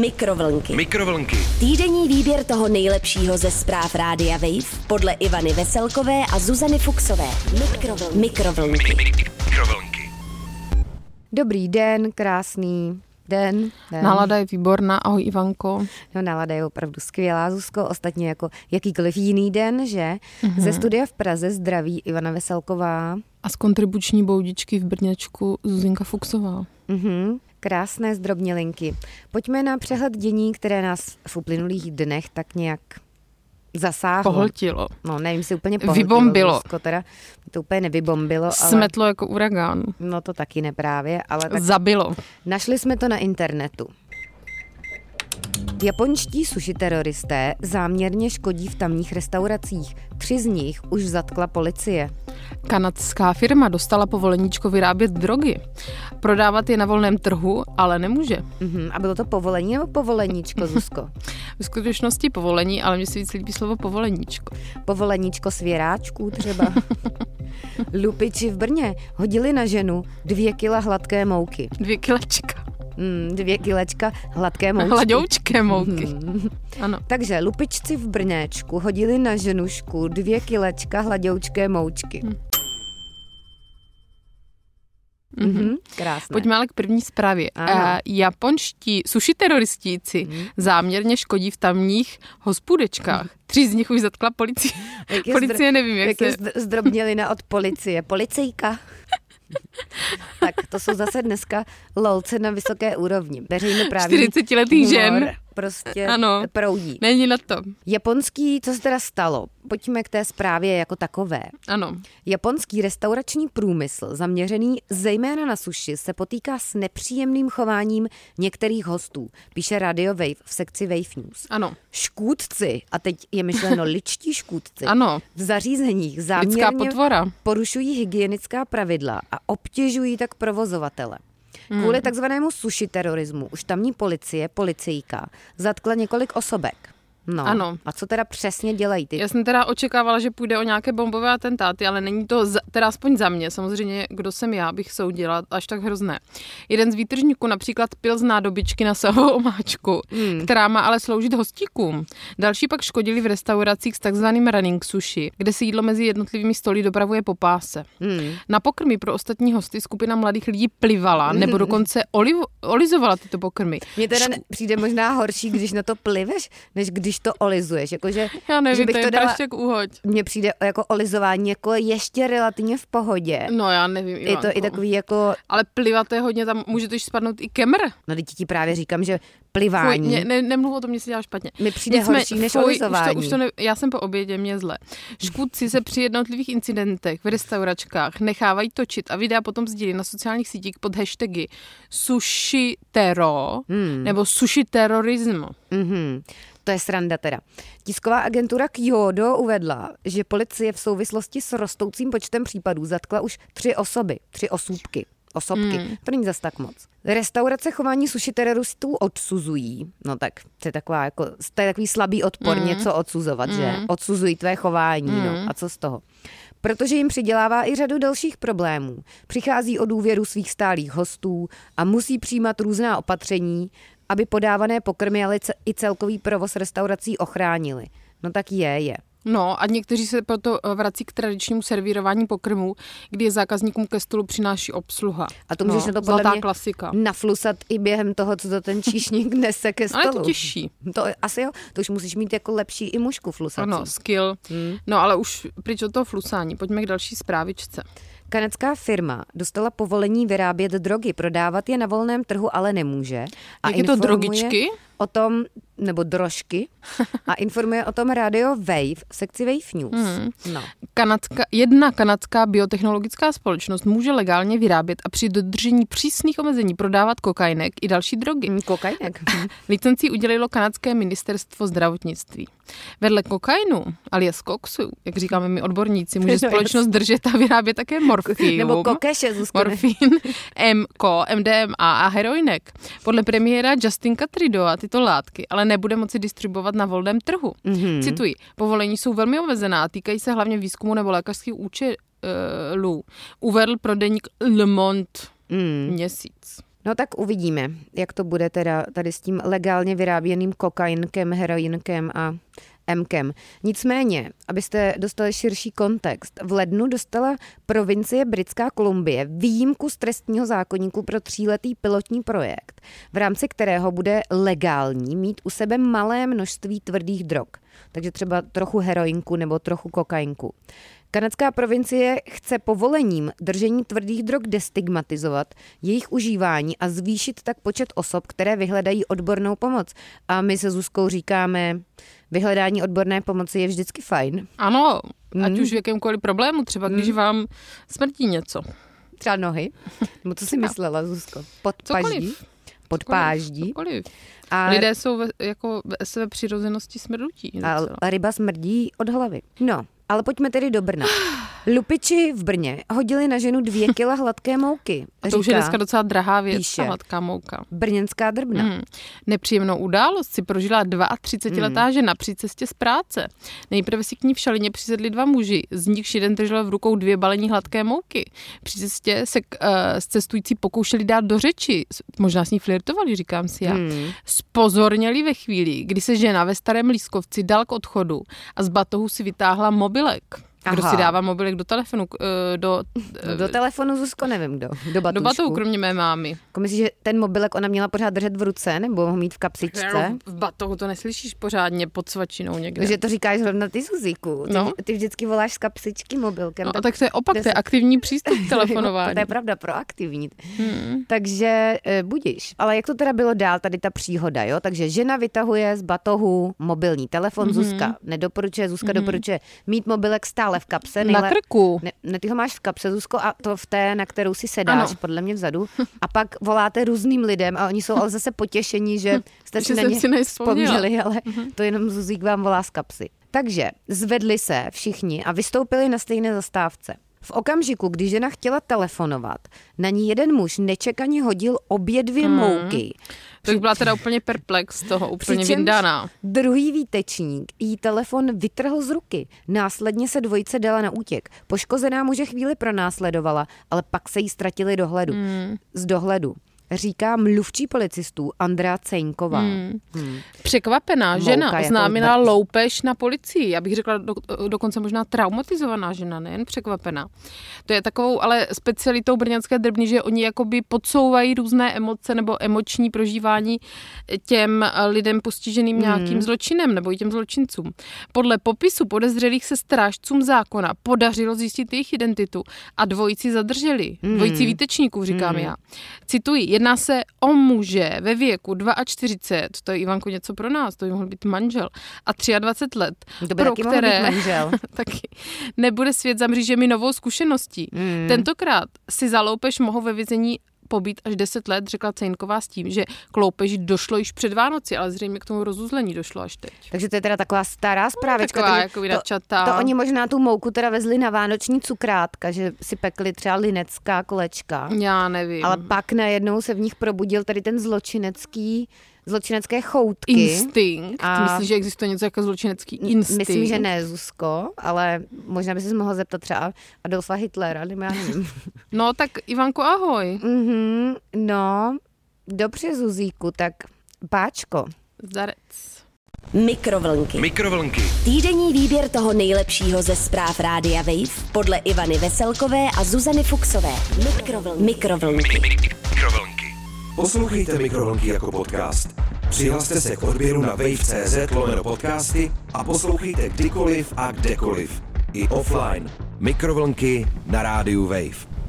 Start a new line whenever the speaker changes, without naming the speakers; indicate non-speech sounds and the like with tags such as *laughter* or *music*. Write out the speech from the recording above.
Mikrovlnky.
Mikrovlnky.
Týdenní výběr toho nejlepšího ze zpráv Rádia Wave podle Ivany Veselkové a Zuzany Fuxové. Mikrovlnky. Mikrovlnky.
Mikrovlnky.
Dobrý den, krásný den. den.
Nálada je výborná, ahoj Ivanko.
No, nálada je opravdu skvělá, Zuzko, ostatně jako jakýkoliv jiný den, že? Mm-hmm. Ze studia v Praze zdraví Ivana Veselková.
A z kontribuční boudičky v Brněčku Zuzinka Fuxová.
Mm-hmm. Krásné zdrobnělinky. Pojďme na přehled dění, které nás v uplynulých dnech tak nějak zasáhlo.
Pohltilo.
No, nevím, si úplně pohltilo.
Vybombilo.
Rusko, teda to úplně nevybombilo, ale...
Smetlo jako uragán.
No to taky ne právě, ale tak...
Zabilo.
Našli jsme to na internetu. Japonští suši teroristé záměrně škodí v tamních restauracích. Tři z nich už zatkla policie.
Kanadská firma dostala povoleníčko vyrábět drogy. Prodávat je na volném trhu, ale nemůže.
Mhm, a bylo to povolení nebo povoleníčko, Zuzko?
V skutečnosti povolení, ale mně se víc líbí slovo povoleníčko.
Povoleníčko svěráčků třeba. Lupiči v Brně hodili na ženu dvě kila hladké mouky.
Dvě kilačka.
Mm, dvě kilečka hladké moučky. Mhm.
Hladoučké mouky. Ano.
Takže lupičci v Brnéčku hodili na ženušku dvě kilečka hladoučké moučky. Mhm, krásné.
Pojďme ale k první zprávě.
Ano. Mhm.
Eh, Japonští suši teroristíci záměrně škodí v tamních hospůdečkách. Tři z nich už zatkla policie.
Jak je
policie
zdr-
nevím, jak,
jak
se...
je zdr- zdrobnělina od policie.
*laughs*
Policejka. tak to jsou zase dneska lolce na vysoké úrovni. Veřejnoprávní
40-letých žen.
humor Prostě ano.
Ano.
proudí.
Není na to.
Japonský, co se teda stalo? Pojďme k té zprávě jako takové.
Ano.
Japonský restaurační průmysl, zaměřený zejména na suši, se potýká s nepříjemným chováním některých hostů, píše Radio Wave v sekci Wave News.
Ano.
Škůdci, a teď je
*laughs*
myšleno ličtí škůdci,
Ano.
v zařízeních
Lidská
záměrně
potvora.
porušují hygienická pravidla a obtěžují tak provozovatele.
Hmm.
Kvůli takzvanému suši terorismu už tamní policie, policejka, zatkla několik osobek. No,
Ano.
a co teda přesně dělají ty
Já jsem teda očekávala, že půjde o nějaké bombové atentáty, ale není to, za, teda aspoň za mě, samozřejmě, kdo jsem já, bych soudila, až tak hrozné. Jeden z výtržníků například pil z nádobičky na sahovou omáčku, hmm. která má ale sloužit hostíkům. Další pak škodili v restauracích s takzvaným running sushi, kde se jídlo mezi jednotlivými stoly dopravuje po páse. Hmm. Na pokrmy pro ostatní hosty skupina mladých lidí plivala, nebo dokonce oliv, olizovala tyto pokrmy.
Mně teda ne- přijde možná horší, když na to pliveš, než když to olizuješ. Jakože,
*laughs* Já
že
nevím,
bych to
to je prostě-
dala,
praštěk uhoď.
mně přijde jako olizování jako ještě relativně v pohodě.
No já nevím,
Je to
Ivanko.
i takový jako,
Ale plivat je hodně, tam může totiž spadnout i kemr.
no teď ti právě říkám, že
Fuj,
plivání.
ne, ne, nemluv o tom, mě se dělá špatně.
Mi přijde horší než
fuj, už
olizování.
to, už to ne, Já jsem po obědě, mě je zle. Škůdci se při jednotlivých incidentech v restauračkách nechávají točit a videa potom sdílí na sociálních sítích pod hashtagy sushi tero hmm. nebo sushi terorism.
Mhm, to je sranda teda. Tisková agentura Kyodo uvedla, že policie v souvislosti s rostoucím počtem případů zatkla už tři osoby, tři osůbky. Osobky. Hmm. To není zas tak moc. Restaurace chování suši teroristů odsuzují. No tak to je, taková jako, to je takový slabý odpor hmm. něco odsuzovat, hmm. že? Odsuzují tvé chování, hmm. no a co z toho? Protože jim přidělává i řadu dalších problémů. Přichází o důvěru svých stálých hostů a musí přijímat různá opatření, aby podávané pokrmy, ale ce- i celkový provoz restaurací ochránili. No tak je, je.
No a někteří se proto eh, vrací k tradičnímu servírování pokrmů, kdy je zákazníkům ke stolu přináší obsluha.
A to můžeš
no,
na to podle
zlatá
mě
klasika.
naflusat i během toho, co to ten číšník *laughs* nese ke
Ale
stolu.
No, je to těžší.
To je- asi jo, to už musíš mít jako lepší i mušku flusací.
Ano, skill.
Hmm.
No ale už pryč od toho flusání, pojďme k další zprávičce.
Kanadská firma dostala povolení vyrábět drogy, prodávat je na volném trhu, ale nemůže. A
Jak je to
informuje
drogičky?
O tom, nebo
*laughs*
drožky. A informuje o tom rádio Wave v sekci Wave News. Hmm. No.
Kanadská, jedna kanadská biotechnologická společnost může legálně vyrábět a při dodržení přísných omezení prodávat kokainek i další drogy.
Mm, Kokainek.
Licenci udělilo kanadské ministerstvo zdravotnictví. Vedle kokainu, alias koksu, jak říkáme my odborníci, může
*laughs* No,
společnost držet a vyrábět také
*laughs*
morfium.
Nebo kokeše, Zuzko. ne?
morfín, MK, MDMA a heroinek. Podle premiéra Justinka Trudeau tyto látky ale nebude moci distribuovat na volném trhu.
Mhm.
Mm-hmm. Cituji, povolení jsou velmi omezená, týkají se hlavně výzkumu nebo lékařských účelů. Uvedl prodejník Le Monde
Mm.
měsíc.
No tak uvidíme, jak to bude teda tady s tím legálně vyráběným kokainkem, heroinkem a Mkem. Nicméně, abyste dostali širší kontext, v lednu dostala provincie Britská Kolumbie výjimku z trestního zákonníku pro tříletý pilotní projekt, v rámci kterého bude legální mít u sebe malé množství tvrdých drog, takže třeba trochu heroinku nebo trochu kokainku. Kanadská provincie chce povolením držení tvrdých drog destigmatizovat jejich užívání a zvýšit tak počet osob, které vyhledají odbornou pomoc. A my se Zuzkou říkáme, vyhledání odborné pomoci je vždycky fajn.
Ano,
Mm.
ať už v jakémkoliv problému, třeba když vám smrtí něco.
Třeba nohy. *laughs* Nebo co si myslela, Zuzko? Pod paždí?
No. Cokoliv.
Pod páždí.
Cokoliv.
A,
Lidé jsou ve, jako ve své přirozenosti smrdutí. docela.
a ryba smrdí od hlavy. No, ale pojďme tedy do
*sighs*
Brna. Lupiči v Brně hodili na ženu dvě kila hladké mouky.
A to už je
říká
dneska docela drahá věc,
píše.
ta hladká mouka.
Brněnská drbna.
Hmm. Nepříjemnou událost si prožila 32-letá
Mhm.
žena při cestě z práce. Nejprve si k ní v šalině přisedli dva muži, z nichž jeden držel v rukou dvě balení hladké mouky. Při cestě se k, uh, s cestující pokoušeli dát do řeči, S- možná s ní flirtovali, říkám si já.
Hmm.
Spozorněli ve chvíli, kdy se žena ve starém lískovci dal k odchodu a z batohu si vytáhla mobilek. Kdo
Aha.
si dává mobilek do telefonu, k- eh, do,
No Do telefonu Zuzko nevím kdo. Do
do
batušku.
batohu, kromě mé mámy.
Jako myslíš, že ten mobilek ona měla pořád držet v ruce, nebo ho mít v kapsičce?
V batohu to neslyšíš pořádně pod svačinou někde.
Že to říkáš zrovna ty Zuzíku. Ty,
No.
ty vždycky voláš s kapsičky mobilkem.
No, a tak to je opak, to je
deset.
aktivní
*laughs*
přístup k
to
telefonování. Hmm.
je pravda, proaktivní. Takže eh, budíš. Ale jak to teda bylo dál, tady ta příhoda, jo? Takže žena vytahuje z batohu mobilní telefon,
Mhm.
Zuzka nedoporučuje, Zuzka doporučuje mít mobilek stále v kapse.
Na krku.
Ne, ne, ty ho máš v kapse, Zuzko, a to v té, na kterou si sedáš,
Ano.
podle mě vzadu. A pak voláte různým lidem a oni jsou
*laughs*
ale zase potěšení, že jste si
Že
na
jsem
ně
si na ně vzpomněla. Mhm.
vzpomněli, ale to jenom Zuzík vám volá z kapsy. Takže zvedli se všichni a vystoupili na stejné zastávce. V okamžiku, kdy žena chtěla telefonovat, na ní jeden muž nečekaně hodil obě dvě
Mhm.
hmm. mouky.
Tak byla teda úplně perplex z toho, úplně
Přičemž
vyndaná.
Druhý výtečník jí telefon vytrhl z ruky. Následně se dvojice dala na útěk. Poškozená muže chvíli pronásledovala, ale pak se jí ztratili dohledu.
Hmm.
Mm. Z dohledu. Říká mluvčí policistů Andrá Ceňková.
Hmm.
Mm.
Překvapená žena
jako
oznámila
brz.
loupež na policii. Já bych řekla do, dokonce možná traumatizovaná žena, nejen překvapená. To je takovou ale specialitou brněnské drbny, že oni jakoby podsouvají různé emoce nebo emoční prožívání těm eh, lidem postiženým
Hmm.
nějakým zločinem nebo i těm zločincům. Podle popisu podezřelých se strážcům zákona podařilo zjistit jejich identitu a dvojici zadrželi.
Hmm.
Dvojici výtečníků, říkám já. Cituji, jedná se o muže ve věku 42, to je Ivanko něco pro nás, to by mohl být manžel, a 23 let,
To by
pro
taky které...
které
mohl být manžel.
*laughs* taky nebude svět za mřížemi novou zkušeností.
Mm.
Tentokrát si za loupež mohou ve vězení pobít až 10 let, řekla Cejnková s tím, že k loupeži došlo již před Vánoci, ale zřejmě k tomu rozuzlení došlo až teď.
Takže to je teda taková stará zprávička.
Taková
takže
jako
to,
vydačatá.
to oni možná tu mouku teda vezli na vánoční cukrátka, že si pekli třeba linecká kolečka.
Já nevím.
Ale pak najednou se v nich probudil tady ten zločinecký, zločinecké choutky.
Instinkt.
A-
A... Myslíš, že existuje něco jako zločinecký
M-
instinkt?
Myslím, že ne, Zuzko, ale možná by se mohla zeptat třeba Adolfa Hitlera, nebo já nevím. *laughs*
No tak Ivanko, ahoj.
Mhm, no, dobře, Zuzíku, tak páčko.
Zdarec.
Mikrovlnky.
Mikrovlnky.
Týdenní výběr toho nejlepšího ze zpráv Rádia Wave podle Ivany Veselkové a Zuzany Fuxové. Mikrovlnky. Mikrovlnky.
Mikrovlnky. Poslouchejte Mikrovlnky jako podcast. Přihlaste se k odběru na wave.cz lomeno podcasty a poslouchejte kdykoliv a kdekoliv. I offline. Mikrovlnky na rádiu Wave.